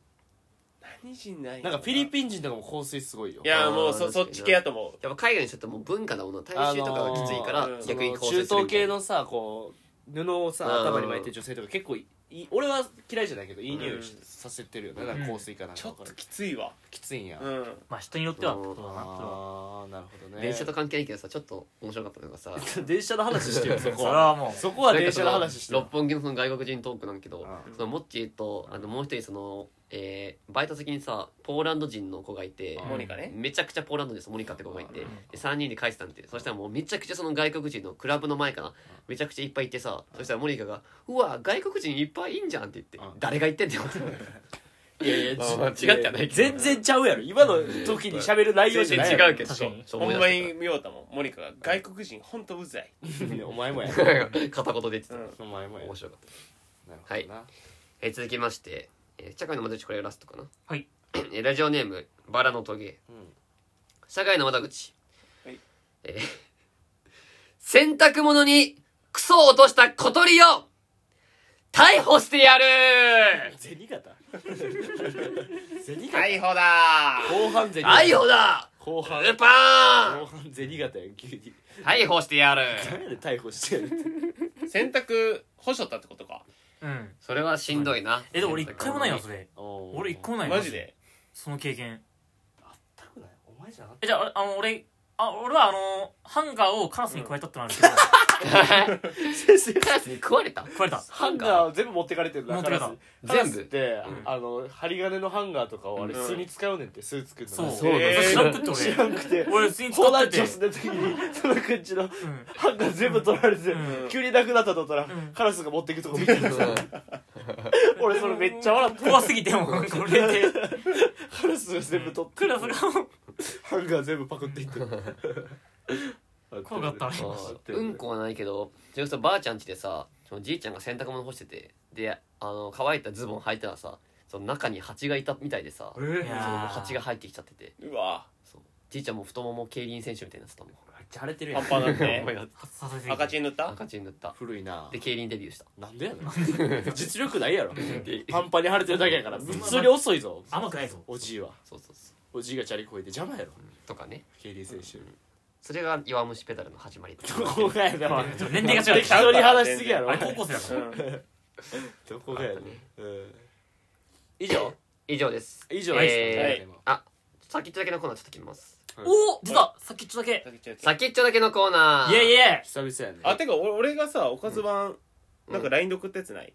Speaker 4: 何人ない
Speaker 1: なんかフィリピン人とかも香水すごいよ
Speaker 4: いやもう
Speaker 2: あ
Speaker 4: そ
Speaker 2: ー
Speaker 4: そっち系やと思う
Speaker 2: やっぱ海外の人ってもう文化だもんな大衆とかがきついから
Speaker 4: あのー
Speaker 2: 逆に構
Speaker 1: その
Speaker 2: 成
Speaker 1: 中
Speaker 2: す
Speaker 1: 東
Speaker 2: るみた
Speaker 1: 系
Speaker 2: いな
Speaker 1: のさこう布を
Speaker 2: うん
Speaker 1: さ頭に巻いてる女性とか結構いい俺は嫌いじゃないけどいい匂いし
Speaker 4: うん
Speaker 1: させてるよねなんか香水かなんか
Speaker 4: ちょっ
Speaker 1: わか
Speaker 4: と
Speaker 1: る
Speaker 4: きついわ
Speaker 1: きついんや
Speaker 4: うん
Speaker 3: まあ人によってはってことだなそれは
Speaker 1: ああなるほどね
Speaker 2: 電車と関係ないけどさちょっと面白かったのがさ
Speaker 1: 電車の話してるそこ
Speaker 3: それ
Speaker 1: は
Speaker 3: はもう
Speaker 1: そこは電車の話してる
Speaker 2: 六本木のその外国人トークなんだけど
Speaker 1: う
Speaker 2: そのモッチーとあのもう一人そのえーバイト先にさポーランド人の子がいて
Speaker 1: うん
Speaker 4: モニカね
Speaker 2: めちゃくちゃポーランドですモニカって子がいて
Speaker 1: うん
Speaker 2: で3人で返してたんでそしたらもうめちゃくちゃその外国人のクラブの前かなめちゃくちゃいっぱいいてさそしたらモニカが「うわ外国人いっぱいいんじゃん」って言っ
Speaker 1: う
Speaker 2: て
Speaker 1: ん
Speaker 2: 「誰が言ってんだよ」って
Speaker 1: いやいや
Speaker 2: まあまあ違ってはないけど
Speaker 1: 全然ちゃうやろ今の時に喋る内容じゃ
Speaker 2: 全
Speaker 1: ない
Speaker 2: 然違うけど
Speaker 3: 確かに
Speaker 2: そう
Speaker 4: ほ
Speaker 2: 思い
Speaker 4: ん
Speaker 2: 出
Speaker 4: ま
Speaker 2: し
Speaker 4: に見ようたもんモニカが外国人ほんとうざい、
Speaker 1: い やお前もや
Speaker 2: たから片言で言って
Speaker 4: う
Speaker 2: た
Speaker 1: お
Speaker 4: ん、
Speaker 1: 前もや
Speaker 2: 面白かった
Speaker 1: なるほどな
Speaker 2: えー続きまして、えー社会の窓口これがラストかな
Speaker 3: はい
Speaker 2: えーラジオネームバラのトゲ
Speaker 1: うん
Speaker 2: 社会の窓口、
Speaker 4: はい
Speaker 2: えー 洗濯物にクソを落とした小鳥よ逮捕してやる
Speaker 1: 銭形銭形
Speaker 4: 逮捕だ
Speaker 1: 後半銭形
Speaker 2: 逮捕だ
Speaker 1: 後半
Speaker 2: ルパ
Speaker 1: 後
Speaker 2: ン
Speaker 1: 半銭形やん急に
Speaker 2: 逮捕して やる
Speaker 1: 何やで逮捕してや るって
Speaker 4: ー洗濯干しとったってことか
Speaker 3: うん
Speaker 2: それはしんどいな
Speaker 3: えでも俺一回もないよ
Speaker 2: 洗濯
Speaker 3: それ俺
Speaker 1: 俺
Speaker 3: 一個もないよ
Speaker 4: マジで
Speaker 3: その経験
Speaker 1: 全くないお前じゃなかっ
Speaker 3: えじゃああの俺あ俺はあのハンガーをカラスに加えたってのあるけど、
Speaker 2: 物にカラスに食われた
Speaker 3: 食われた
Speaker 1: たハンガー全部持ってかれてるな
Speaker 3: 持ってかれた
Speaker 1: カラスカラ
Speaker 2: 全部
Speaker 1: スって
Speaker 2: うん
Speaker 1: あの針金のハンガーとかをあれ
Speaker 4: うん
Speaker 1: 巣に使うねんって巣作るの
Speaker 3: そう
Speaker 2: そうなんだ
Speaker 3: えー知らんくって
Speaker 1: 知らんくて
Speaker 3: 俺俺普通に
Speaker 1: コーナー
Speaker 3: 使って
Speaker 1: チョ
Speaker 3: て
Speaker 1: スの時に そのくんちの
Speaker 3: うん
Speaker 1: ハンガー全部取られて
Speaker 3: うん
Speaker 1: 急になくなったと思ったら
Speaker 3: ん
Speaker 1: カラスが持っていくとこ見てた 俺それめっちゃ笑った
Speaker 3: 怖すぎてもうなんか 俺で
Speaker 1: カラスが全部取って
Speaker 3: クラスが
Speaker 1: ハンガー全部パクっていってる
Speaker 3: 怖かったあれ
Speaker 2: う
Speaker 1: あ
Speaker 2: ん
Speaker 1: ー
Speaker 2: うんこはないけどそれこそばあちゃん家でさそのじいちゃんが洗濯物干しててであの乾いたズボン履いたらさその中に蜂がいたみたいでさそ
Speaker 1: えー
Speaker 3: いや
Speaker 2: の蜂が入ってきちゃってて
Speaker 4: うわ
Speaker 2: そうじいちゃんも太もも競輪選手みたいになってたもん
Speaker 1: めっちゃ荒れてるや
Speaker 4: パ
Speaker 1: ん
Speaker 4: ンパンな って
Speaker 2: 思い出す
Speaker 3: させすぎて
Speaker 4: 赤チン塗った
Speaker 2: 赤ちになった
Speaker 1: 古いな
Speaker 2: で競輪デビューした
Speaker 1: なんでやねん実力ないやろパンパンに腫れてるだけやから普通に遅いぞ
Speaker 3: 甘くないぞ
Speaker 1: おじいは
Speaker 2: そうそうそう
Speaker 1: おじいがチャリこいで邪魔やろ
Speaker 2: とかね
Speaker 1: 競輪選手
Speaker 2: それが弱虫ペダルの始まり
Speaker 1: どこがやねんお前
Speaker 3: ちょ年齢が違う
Speaker 1: 適当に話しすぎや
Speaker 3: あ
Speaker 1: ろ
Speaker 3: れ高校生だ から
Speaker 4: うん
Speaker 1: どこがやねんうん
Speaker 2: 以上以上です
Speaker 1: 以上
Speaker 2: え
Speaker 1: で
Speaker 2: ーあ先っちょだけのコーナーちょっと決めます
Speaker 3: お出た先っちょだけ
Speaker 2: 先っちょだけのコーナー
Speaker 3: イエイイエイ
Speaker 1: す久々や
Speaker 4: あ
Speaker 1: ね
Speaker 4: てか俺俺がさおかず版
Speaker 2: うん
Speaker 4: なんか LINE で送ったやつない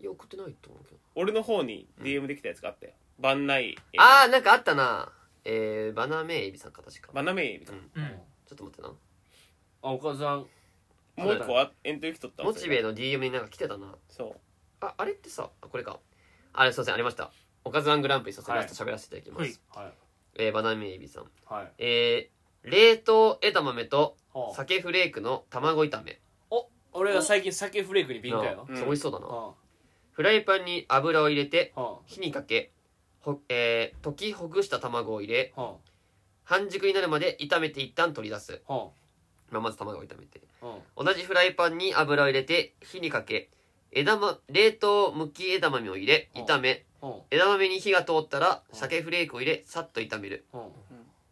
Speaker 2: いや送ってないと思うけど
Speaker 4: 俺の方に DM できたやつがあったよ番内
Speaker 2: ああなんかあったなえー、バナメイエビさんか確か
Speaker 4: バナメイみたい
Speaker 3: うん
Speaker 2: ちょっと待ってな
Speaker 1: あお母さん
Speaker 4: なもう一個あエントリー来とったわ
Speaker 2: モチベの DM になんか来てたな
Speaker 4: そ
Speaker 2: ああれってさあこれかあれすいませんありましたおかずワングランプリさせ
Speaker 1: はい
Speaker 2: ラスト喋らせていただきます、
Speaker 3: はい
Speaker 1: はい
Speaker 2: えー、バナメイエビさん
Speaker 1: はい
Speaker 2: えー、冷凍枝豆と
Speaker 1: はあ
Speaker 2: 鮭フレークの卵炒め
Speaker 1: 俺が最近酒フレークに敏感よ
Speaker 2: なあそう美味しそうだな、
Speaker 1: は
Speaker 2: フライパンに油を入れて
Speaker 1: あは
Speaker 2: 火にかけほ、えー、溶きほぐした卵を入れ
Speaker 1: あは
Speaker 2: 半熟になるまで炒めて一旦取り出す
Speaker 1: あは
Speaker 2: まあまず卵を炒めて
Speaker 1: うん
Speaker 2: 同じフライパンに油を入れて火にかけ枝、ま、冷凍むき枝豆を入れ
Speaker 1: うん
Speaker 2: 炒め
Speaker 1: うん
Speaker 2: 枝豆に火が通ったら
Speaker 1: うん
Speaker 2: 鮭フレークを入れさっと炒める、
Speaker 1: うん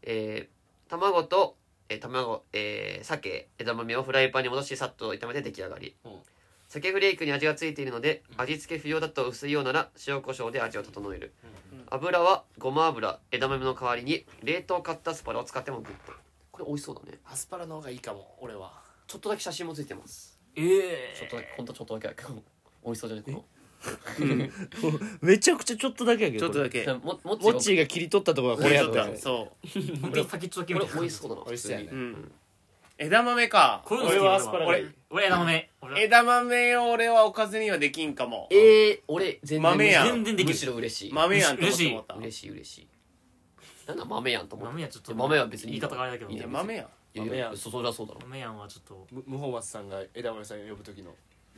Speaker 2: えー卵と、えー卵、えー鮭枝豆をフライパンに戻しさっと炒めて出来上がり、
Speaker 1: うん
Speaker 2: 鮭フレークに味がついているので
Speaker 1: うん
Speaker 2: 味付け不要だと薄いようなら塩コショウで味を整える、
Speaker 4: うん
Speaker 2: 油はごま油枝豆の代わりに冷凍カッタスパラを使ってもグッドこれ美味しそうだね
Speaker 1: アスパラの方がいいかも俺は
Speaker 2: ちょっとだけ写真もついてます
Speaker 3: え
Speaker 2: ちょっとだけほんとちょっとだけ美味しそうじゃないこの
Speaker 5: めちゃくちゃちょっとだけやけ
Speaker 4: ちょ
Speaker 5: ど
Speaker 4: っとだけ
Speaker 2: じゃあももっち
Speaker 5: モ
Speaker 2: よ
Speaker 5: ッチーが切り取ったところがこれやったよね
Speaker 4: そ
Speaker 3: 本当に先っちょだけ
Speaker 2: こ
Speaker 3: み
Speaker 2: れ
Speaker 3: たいな
Speaker 2: 美味しそうだな
Speaker 1: 美味しそうやね
Speaker 4: う、う、
Speaker 2: うんん
Speaker 4: 枝豆か
Speaker 3: こういうの好き
Speaker 4: 俺はアスパラ
Speaker 3: 俺俺枝豆俺
Speaker 4: 枝豆を俺はおかずにはできんかも
Speaker 2: えー、俺全然
Speaker 4: 豆やん
Speaker 3: 全然できる
Speaker 2: むしろ嬉しい
Speaker 4: 豆やんと思ってもった
Speaker 2: 嬉しい嬉しいなんだ豆やんと思って
Speaker 3: 豆やちょっと
Speaker 2: 豆は別にいい
Speaker 3: 言い方があれだけど
Speaker 2: いい
Speaker 4: いや
Speaker 2: ね
Speaker 4: 豆やん
Speaker 2: いやい
Speaker 1: 豆や
Speaker 2: や
Speaker 1: ん
Speaker 2: そそりゃそうだろ
Speaker 3: 豆やんはちょっと
Speaker 1: む無法松さんが枝豆さんを呼ぶ時の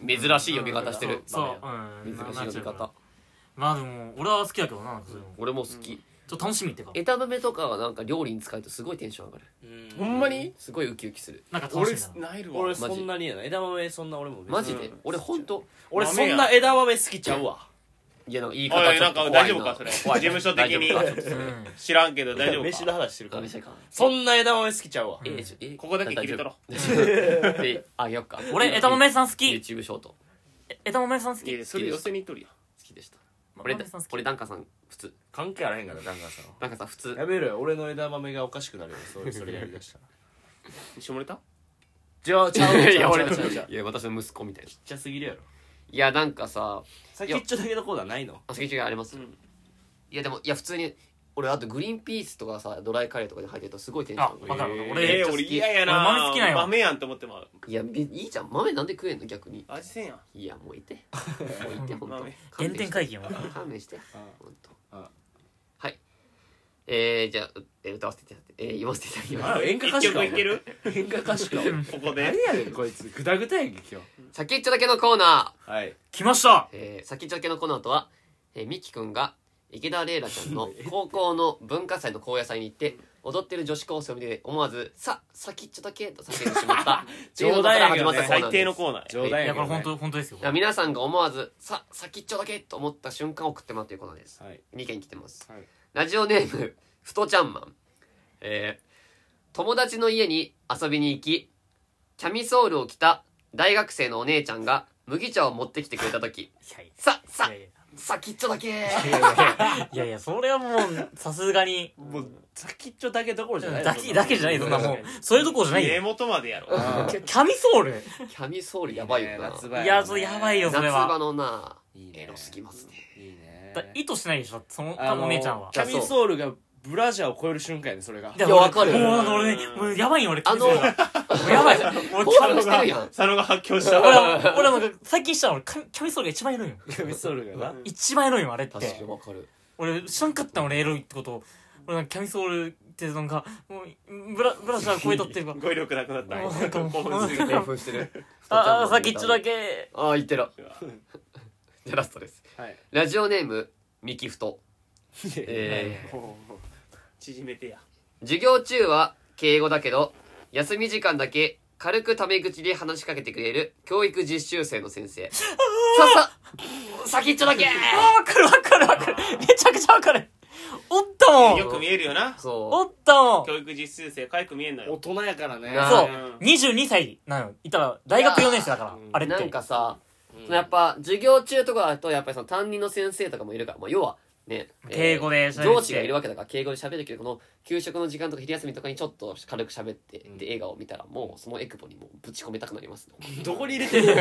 Speaker 2: 珍しい呼び方してる
Speaker 3: そう
Speaker 1: 豆
Speaker 3: そうう
Speaker 2: 珍
Speaker 3: ん
Speaker 2: しい呼び方
Speaker 3: まあでも俺は好きだけどなそういうの
Speaker 2: 俺も好き
Speaker 3: ちょっと楽しみっていうか
Speaker 2: 枝豆とかはなんか料理に使うとすごいテンション上がる
Speaker 4: ほんまに
Speaker 2: すごいウキウキする
Speaker 3: なんか楽
Speaker 4: 俺
Speaker 3: しみだな
Speaker 4: ナイルは
Speaker 1: 俺そんなにやな枝豆そんな俺も別に
Speaker 2: マジで
Speaker 4: うん
Speaker 2: 俺本当
Speaker 1: 俺そんな枝豆好きちゃうわ
Speaker 2: いやなんか言い
Speaker 4: お
Speaker 2: 方
Speaker 4: い
Speaker 2: ちょ
Speaker 4: なん
Speaker 2: っと
Speaker 4: か
Speaker 2: 怖
Speaker 4: 大
Speaker 2: い
Speaker 4: 丈
Speaker 2: な
Speaker 4: 夫かそれ事
Speaker 2: 怖い
Speaker 4: 務所的に
Speaker 2: 大丈夫かちょっ
Speaker 3: うん
Speaker 4: 知らんけど大丈夫
Speaker 1: 飯の
Speaker 4: か
Speaker 1: 話してるか
Speaker 2: と
Speaker 1: ら
Speaker 2: ダメじゃいか
Speaker 1: そんな枝豆好きちゃうわ
Speaker 2: えーちょえー
Speaker 4: ここだけ切り取ろ
Speaker 2: 大丈夫あげよっか
Speaker 3: 俺枝豆さん好き
Speaker 2: YouTube ショート好
Speaker 3: 枝豆さん好
Speaker 4: い
Speaker 3: き
Speaker 4: やそれ寄せにいっとるやん
Speaker 2: きでした
Speaker 3: ま
Speaker 2: 俺
Speaker 3: 豆さん好き
Speaker 2: 俺ダンカさん普通
Speaker 1: 関係あらへんからダンガンさんは
Speaker 2: ダンカさん普通
Speaker 1: やめろよ俺の枝豆がおかしくなるよ そうそれやりだしたら
Speaker 4: 下ネタ
Speaker 1: じゃあちゃうわ
Speaker 2: い
Speaker 1: ちゃ
Speaker 2: や
Speaker 1: うわ
Speaker 2: 俺
Speaker 1: ちゃうわちゃうわちゃうわ
Speaker 2: いや私の息子みたいな
Speaker 1: ちっちゃすぎるやろ
Speaker 2: いやなんかさ
Speaker 1: 先っちょだけのコーナーないの
Speaker 2: あ先違いあります、
Speaker 4: ん
Speaker 2: いやでもいや普通に俺あとグリーンピースとかさドライカレーとかに入ってるとすごいテンション
Speaker 3: あ
Speaker 2: 上がる
Speaker 3: わかる
Speaker 1: えー
Speaker 3: 俺めっち
Speaker 4: えー
Speaker 3: ゃ好
Speaker 4: 俺
Speaker 3: き
Speaker 4: 嫌やな
Speaker 3: 俺豆好きなんよ
Speaker 4: 豆やんと思ってまう
Speaker 2: いやべいいじゃん豆なんで食えんの逆に
Speaker 4: 味せんやん
Speaker 2: いやもういてもういてほんと
Speaker 4: 豆
Speaker 3: 原点回帰よ
Speaker 2: 勘弁してほんと
Speaker 1: うん
Speaker 2: はいえー、じゃあ、えー歌わせていただいて、えー、言わせていただきます
Speaker 1: あ演歌歌
Speaker 4: 一
Speaker 1: 手か
Speaker 4: 曲いける
Speaker 1: 演歌歌 手か
Speaker 4: ここで
Speaker 1: 何やねんこいつグダグダやんけ今日
Speaker 2: 先っちょだけのコーナ
Speaker 1: はい
Speaker 3: 来ました
Speaker 2: ー、えー、先っちょだけのコーナーとは、えー、みきくんが池田玲奈ちゃんの高校の文化祭の高野祭に行って踊ってる女子高生を見て思わず「さ先っちょだけ」と叫んでしまった
Speaker 1: 冗談や
Speaker 2: って
Speaker 1: けど
Speaker 2: いうのから始まった
Speaker 1: ね
Speaker 2: コーナーです
Speaker 4: 最低のコーナーや
Speaker 1: 冗
Speaker 3: い
Speaker 1: 談や
Speaker 3: や
Speaker 1: け
Speaker 3: こ
Speaker 1: ど
Speaker 3: れ
Speaker 1: ね
Speaker 3: 本当本当ですよ
Speaker 2: いや皆さんが思わず「さ先っちょだけ!」と思った瞬間を送ってもらうということです
Speaker 1: はい
Speaker 2: 2件来てます、
Speaker 1: はい
Speaker 2: ラジオネームふとちゃんマンえー友達の家に遊びに行きキャミソールを着た大学生のお姉ちゃんが麦茶を持ってきてくれた時
Speaker 3: いやい
Speaker 2: 「
Speaker 3: や
Speaker 2: ささ
Speaker 3: いやいや
Speaker 2: 先っちょだけ!」
Speaker 3: いやいやそれはもうさす がに
Speaker 1: もう先っちょだけどころじゃない
Speaker 3: だけだけじゃないそんなもんそれどころじゃない
Speaker 4: 根
Speaker 3: よ
Speaker 4: 元までやろ
Speaker 1: あ
Speaker 3: キャキャミソール
Speaker 2: キャミソールやばいよな夏
Speaker 3: いやそうやばいよそれは
Speaker 2: 場のなエ
Speaker 1: エ
Speaker 2: ロすぎますね
Speaker 1: いいね
Speaker 3: だ意図してないでしょその
Speaker 1: あの
Speaker 3: お姉ちゃんは
Speaker 1: キャミソールがブラジャーを超える瞬間やねそれが
Speaker 2: いやわかる
Speaker 3: もうなんか俺ねもうやばいよ俺
Speaker 2: あの
Speaker 3: キャミソールがもうやばい俺キャ
Speaker 2: 興
Speaker 3: ミ
Speaker 2: 奮
Speaker 3: ソ
Speaker 2: してる
Speaker 3: ールが
Speaker 2: やん
Speaker 4: 佐野が発狂した
Speaker 3: 俺は俺はなんか最近したの俺キャミキャミソールが一番エロいのよ
Speaker 1: キャミソールがな
Speaker 3: 一番エロいのあれって
Speaker 2: 確かにわかる
Speaker 3: 俺知らんかったの俺エロいってことを俺なんかキャミソールってなんかもうブラブラジャー超え たっていうか
Speaker 4: 語彙力なくなった
Speaker 3: もうなんかもう
Speaker 4: 興奮すぎて
Speaker 2: 興奮してる
Speaker 3: ああ先っちょだけ
Speaker 2: ああ言ってろ じゃあラストです
Speaker 1: はい
Speaker 2: ラジオネームミキフトえ
Speaker 4: 縮めてや
Speaker 2: ー授業中は敬語だけど休み時間だけ軽くタメ口で話しかけてくれる教育実習生の先生さっさ先っちょだけ
Speaker 3: ああわかるわかるわかるめちゃくちゃわかるおったもん
Speaker 4: よく見えるよな
Speaker 2: そ
Speaker 3: おったもん
Speaker 4: 教育実習生かわいく見えんの
Speaker 1: 大
Speaker 4: よ
Speaker 1: 人やからね
Speaker 2: な
Speaker 3: そう
Speaker 4: うん
Speaker 3: 22歳なのいたら大学
Speaker 2: いやー
Speaker 3: 4年生だから
Speaker 1: うん
Speaker 3: あれ
Speaker 2: う
Speaker 3: って
Speaker 2: なんかさ
Speaker 1: うん
Speaker 2: そのやっぱ授業中とかだとやっぱりその担任の先生とかもいるから、まあ、要はね、
Speaker 3: 敬語で喋って
Speaker 2: 上司がいるわけだから敬語で喋るけどこの給食の時間とか昼休みとかにちょっと軽く喋って、
Speaker 1: うん
Speaker 2: で笑顔を見たらもうそのエクボにもうぶち込めたくなります、ね、
Speaker 1: どこに入れてんの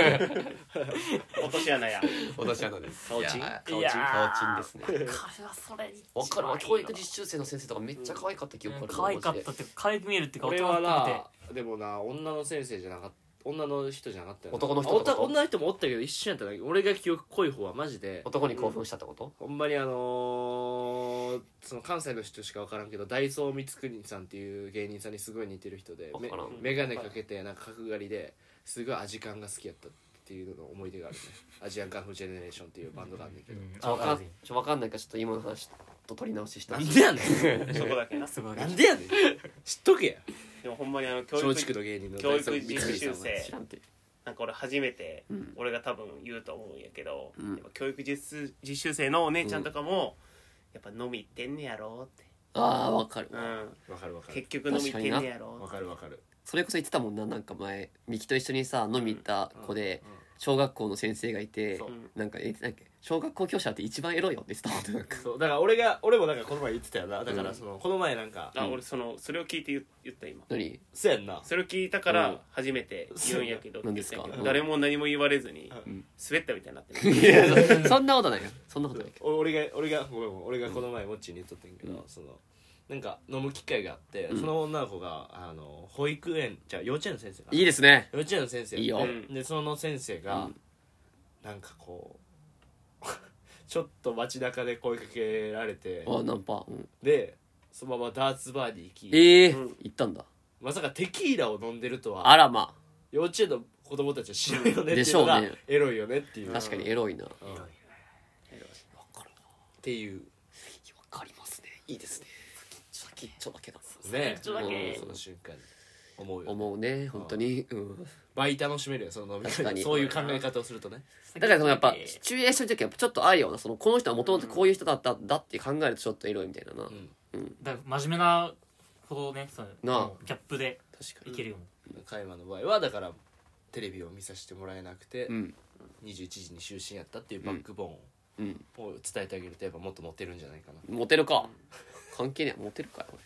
Speaker 4: 落とし穴や
Speaker 2: 私はなんです
Speaker 1: 顔ちん
Speaker 2: いやー顔
Speaker 3: い
Speaker 2: ちん
Speaker 3: やー
Speaker 2: 顔ちんですね
Speaker 3: 彼はそれに
Speaker 2: わかるわ教育実習生の先生とかめっちゃ可愛かった記憶ある
Speaker 3: 可愛かっ
Speaker 2: マジ
Speaker 3: た
Speaker 2: で
Speaker 3: って可愛く見えるっていうか
Speaker 1: 俺
Speaker 3: 大
Speaker 1: は
Speaker 3: 人っぽく
Speaker 1: な
Speaker 3: て
Speaker 1: でもな女の先生じゃなかった女の人じゃなかったよな
Speaker 2: 男の人
Speaker 1: あおた
Speaker 2: 男
Speaker 1: 女の人もおったけど一瞬やっただけ俺が記憶濃い方はマジで
Speaker 2: 男に興奮したってこと、
Speaker 1: ほんまにあのーその関西の人しか分からんけどダイソー光国さんっていう芸人さんにすごい似てる人で
Speaker 2: わ
Speaker 1: め
Speaker 2: からん
Speaker 1: 眼鏡かけてなんか角刈りですごいアジカンが好きやったっていうのの思い 出があるねアジアンカンフージェネレーションっていうバンドがあるんだけど、
Speaker 2: ちょわ
Speaker 3: わ
Speaker 2: か
Speaker 3: か
Speaker 2: んちょわかんないからちょっと今の話と取り直しした
Speaker 1: なんでやねん
Speaker 4: そこだけな
Speaker 3: すごい
Speaker 1: なんでやねん知っとけや
Speaker 4: でもほんまにあの教
Speaker 1: 松
Speaker 4: 育
Speaker 1: 竹の芸人の
Speaker 4: 教育
Speaker 1: 三上
Speaker 4: 実習
Speaker 1: さんは
Speaker 4: 生
Speaker 2: 知らんて
Speaker 4: なんか俺初めて、
Speaker 2: ん
Speaker 4: 俺が多分言うと思うんやけど、
Speaker 2: うん
Speaker 4: やっぱ教育実習実習生のお姉ちゃんとかも、やっぱ飲み行ってんねやろって、
Speaker 2: ああわかる
Speaker 4: うん、
Speaker 1: わかるわかる
Speaker 4: 結局飲み行ってんねや
Speaker 1: わ
Speaker 4: ろ
Speaker 1: かるわかる
Speaker 2: それこそ言ってたもんななんか前ミキと一緒にさ飲み行った子で
Speaker 1: うんうん
Speaker 2: 小学校の先生がいて
Speaker 1: そう
Speaker 2: なんかえなんだっけ小学校教師だって一番エロいよって言ってたもんねなん か
Speaker 1: そうだから俺が俺もなんかこの前言ってたよなだからそのこの前なんか
Speaker 4: あ俺そのそれを聞いて言言った今
Speaker 2: 何
Speaker 1: そうやんな
Speaker 4: それを聞いたから初めて言うんやけど
Speaker 2: うん
Speaker 4: って言ったんやけ
Speaker 2: 何
Speaker 4: ど
Speaker 2: ですか
Speaker 4: 誰も何も言われずに
Speaker 1: うん
Speaker 4: 滑ったみたいになって
Speaker 2: い
Speaker 4: る
Speaker 2: やそそんなことないよそんなことないけど
Speaker 1: お俺が俺がごめんごめん俺がこの前モッチーに言っとってんけど、そのなんか飲む機会があって、
Speaker 2: ん
Speaker 1: その女の子があの保育園じゃあ幼稚園の先生かない
Speaker 2: いですね
Speaker 1: 幼稚園の先生で
Speaker 2: いいよ
Speaker 1: でその先生が、なんかこう ちょっと街中で声かけられて
Speaker 2: あナンパうん
Speaker 1: でそのままダーツバーに行き
Speaker 2: ええ
Speaker 4: うん
Speaker 2: 行ったんだ
Speaker 1: まさかテキーラを飲んでるとは
Speaker 2: あらま
Speaker 1: 幼稚園の子供たちは知らんよねって
Speaker 2: で
Speaker 1: い
Speaker 2: し
Speaker 1: う
Speaker 2: ょ
Speaker 1: の
Speaker 2: う
Speaker 1: が
Speaker 2: ね
Speaker 1: エロいよねっていう
Speaker 2: あ確かにエロいなわ
Speaker 1: うんっ
Speaker 2: かるわ
Speaker 1: ていう
Speaker 2: かりますねいいですね先っちょだけだ
Speaker 1: ね
Speaker 4: ちょっとだけ
Speaker 1: うんその瞬間に思うよね
Speaker 2: 思うね本当にうん
Speaker 1: 倍楽しめるよその飲み
Speaker 2: 確か
Speaker 1: 会
Speaker 2: に
Speaker 1: そういう考え方をするとね
Speaker 2: だからそのやっぱシチュエーションの時はやっぱちょっとあるようなそのこの人はもともとこういう人だったんだって考えるとちょっとエロいみたいなな、
Speaker 1: ん
Speaker 3: だから真面目なほどねその
Speaker 2: なあ
Speaker 3: もうギャップで
Speaker 2: 確か
Speaker 3: い
Speaker 2: に
Speaker 3: けるように
Speaker 1: 加山の場合はだからテレビを見させてもらえなくて、
Speaker 2: うん
Speaker 1: 21時に就寝やったっていうバックボ
Speaker 2: うん
Speaker 1: ーンを伝えてあげるとやっぱもっとモテるんじゃないかな
Speaker 2: モテるか関係ねえモテるかよ俺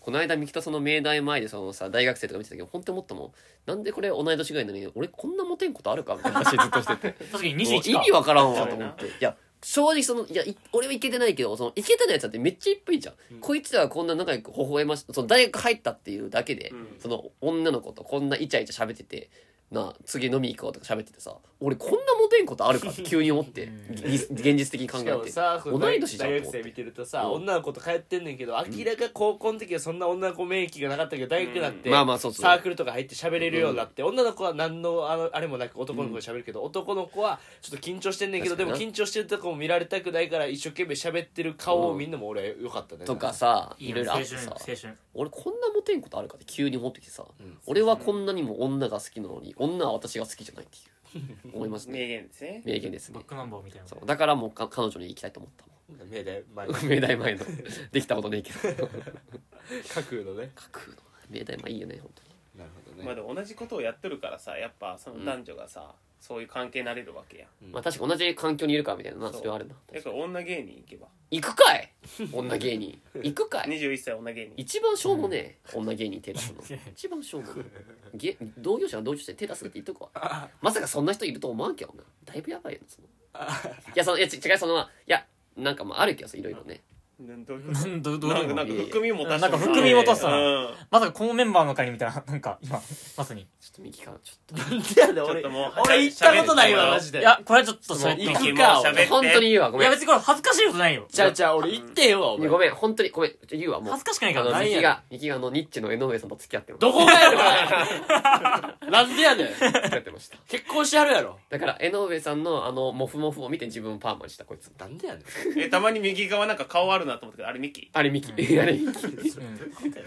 Speaker 2: この間三木田さんの命題前でそのさ大学生とか見てたけど本当に思ったもんなんでこれ同い年ぐらいなのに俺こんなモテんことあるかみたいな話ずっとしてて
Speaker 3: 確か に
Speaker 2: もう
Speaker 3: 21
Speaker 2: 意
Speaker 3: か
Speaker 2: 味わからんわと思っていや正直そのいやい俺はいけてないけどそのいけてないやつだってめっちゃいっぱいいんじゃん、こいつらはこんな仲良く微笑ましその大学入ったっていうだけで、
Speaker 4: うん
Speaker 2: その女の子とこんなイチャイチャ喋っててなあ次飲み行こうとか喋っててさ俺こんなモテんことあるかって急に思ってぎ現実的に考
Speaker 1: し
Speaker 2: え
Speaker 1: かも
Speaker 2: て
Speaker 1: さこの
Speaker 2: 同い年じゃん
Speaker 1: 大
Speaker 2: と
Speaker 1: 学
Speaker 2: 思って
Speaker 1: 生見てるとさ、
Speaker 2: うん
Speaker 1: 女の子と通ってんねんけど明らか高校の時はそんな女の子免疫がなかったけど大学になって、
Speaker 2: まあまあそうそう
Speaker 1: サークルとか入って喋れるようになって、女の子は何のあのあれもなく男の子で喋るけど、男の子はちょっと緊張してんねんけどで
Speaker 2: 確
Speaker 1: も
Speaker 2: かにな
Speaker 1: 緊張してるとこも見られたくないから一生懸命喋ってる顔を
Speaker 2: うん
Speaker 1: みんなも俺は良かったね、
Speaker 2: とかさ
Speaker 3: い
Speaker 2: い
Speaker 3: い
Speaker 2: ろい
Speaker 3: ね
Speaker 2: ろあ
Speaker 3: 青
Speaker 2: って
Speaker 3: 春
Speaker 2: さ
Speaker 3: 青春
Speaker 2: 俺こんなモテんことあるかって急に思ってきてさ、
Speaker 1: ん
Speaker 2: 俺はこんなにも女が好きなのに女は私が好きじゃないっていう思います
Speaker 4: 名
Speaker 2: ね
Speaker 4: 言ですね
Speaker 2: 名言です
Speaker 3: バ
Speaker 2: ね
Speaker 3: ックナンバーみたいな
Speaker 2: そうだからもうか彼女に行きたいと思ったも
Speaker 1: 目で前
Speaker 2: ん 明大前のできたことねえけど
Speaker 1: 架空のね
Speaker 2: 架空の明大前いいよね本
Speaker 1: なるほどね、
Speaker 4: まあでも同じことをやってるからさやっぱその男女がさ、そういう関係になれるわけや
Speaker 2: 当にまあ確かに同じ環境にいるからみたいなな
Speaker 4: そう
Speaker 2: それはあるな
Speaker 4: だから女芸人行けば
Speaker 2: 行くかい女芸人行くかい
Speaker 4: 21歳女芸人
Speaker 2: 一番しょうもねえ、女芸人手出すの一番しょうもねえげ同業者が同業者で手出すって言っとくわまさかそんな人いると思わんけどなだいぶやばいよなそのいやそのいやち違うそのいやなんかまああるけどさいろいろね
Speaker 4: なんどういうこ
Speaker 3: なんどど
Speaker 4: と
Speaker 3: う
Speaker 4: ないん
Speaker 3: うの
Speaker 4: かなんか含み持たせ
Speaker 3: なんか含み持たせたな
Speaker 4: うん
Speaker 3: まさかこのメンバーの会みたいな なんか今まさに
Speaker 2: ちょっと右からちょっ
Speaker 1: なんでやねん
Speaker 4: ちょっ
Speaker 1: 俺
Speaker 4: ともう
Speaker 1: 俺行ったことないわマジ
Speaker 3: い
Speaker 1: で
Speaker 3: やこれはちょっと喋っ
Speaker 1: もう
Speaker 3: てい
Speaker 1: 行
Speaker 3: い
Speaker 1: くか
Speaker 4: もう喋っ
Speaker 2: と
Speaker 4: て
Speaker 2: 本当に言うわご
Speaker 3: い
Speaker 2: めん
Speaker 3: や別にこれ恥ずかしいことないよ
Speaker 1: ちゃうちゃう俺行ってへんわお前
Speaker 2: ごめん本当にごめんちょっと言うわもう
Speaker 3: 恥ずかしくない
Speaker 2: あ
Speaker 3: から
Speaker 2: の
Speaker 3: ない
Speaker 2: 右
Speaker 3: や
Speaker 2: が右があのニッチの江上さんと付き合ってま
Speaker 1: どこがやろお 前なんでやねん
Speaker 2: 付き合ってました
Speaker 1: 結婚してはるやろ
Speaker 2: だから江上さんのあのモフモフを見て自分パーマにしたこいつ
Speaker 1: なんでやねん
Speaker 4: えたまに右側なんか顔あるなと思ったけどあれミキ
Speaker 2: あれミキあれミキ
Speaker 3: うん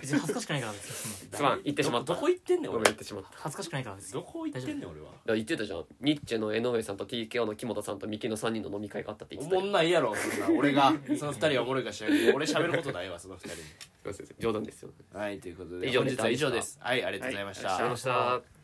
Speaker 3: 別に恥ずかしくないから別にそんな
Speaker 2: すまん言ってしまった
Speaker 1: どこ行ってんねん
Speaker 2: ごめん
Speaker 1: 俺
Speaker 2: 言ってしまった
Speaker 3: 恥ずかしくないから別に
Speaker 1: どこ行ってんねん俺は
Speaker 2: だから言ってたじゃんニッチェの江上さんと TKO の木本さんとミキの3人の飲み会があったって
Speaker 1: お
Speaker 2: 言ってた
Speaker 1: も
Speaker 2: よ
Speaker 1: んないやろそんな 俺がその二人はおもろいかしらんけど俺喋ることないわその二人に
Speaker 2: すいません冗談ですよ
Speaker 1: はいということで
Speaker 2: 以上
Speaker 1: 本
Speaker 2: で
Speaker 1: 日
Speaker 2: す
Speaker 1: は以上ですはいありがとうございました
Speaker 2: ありがとうございました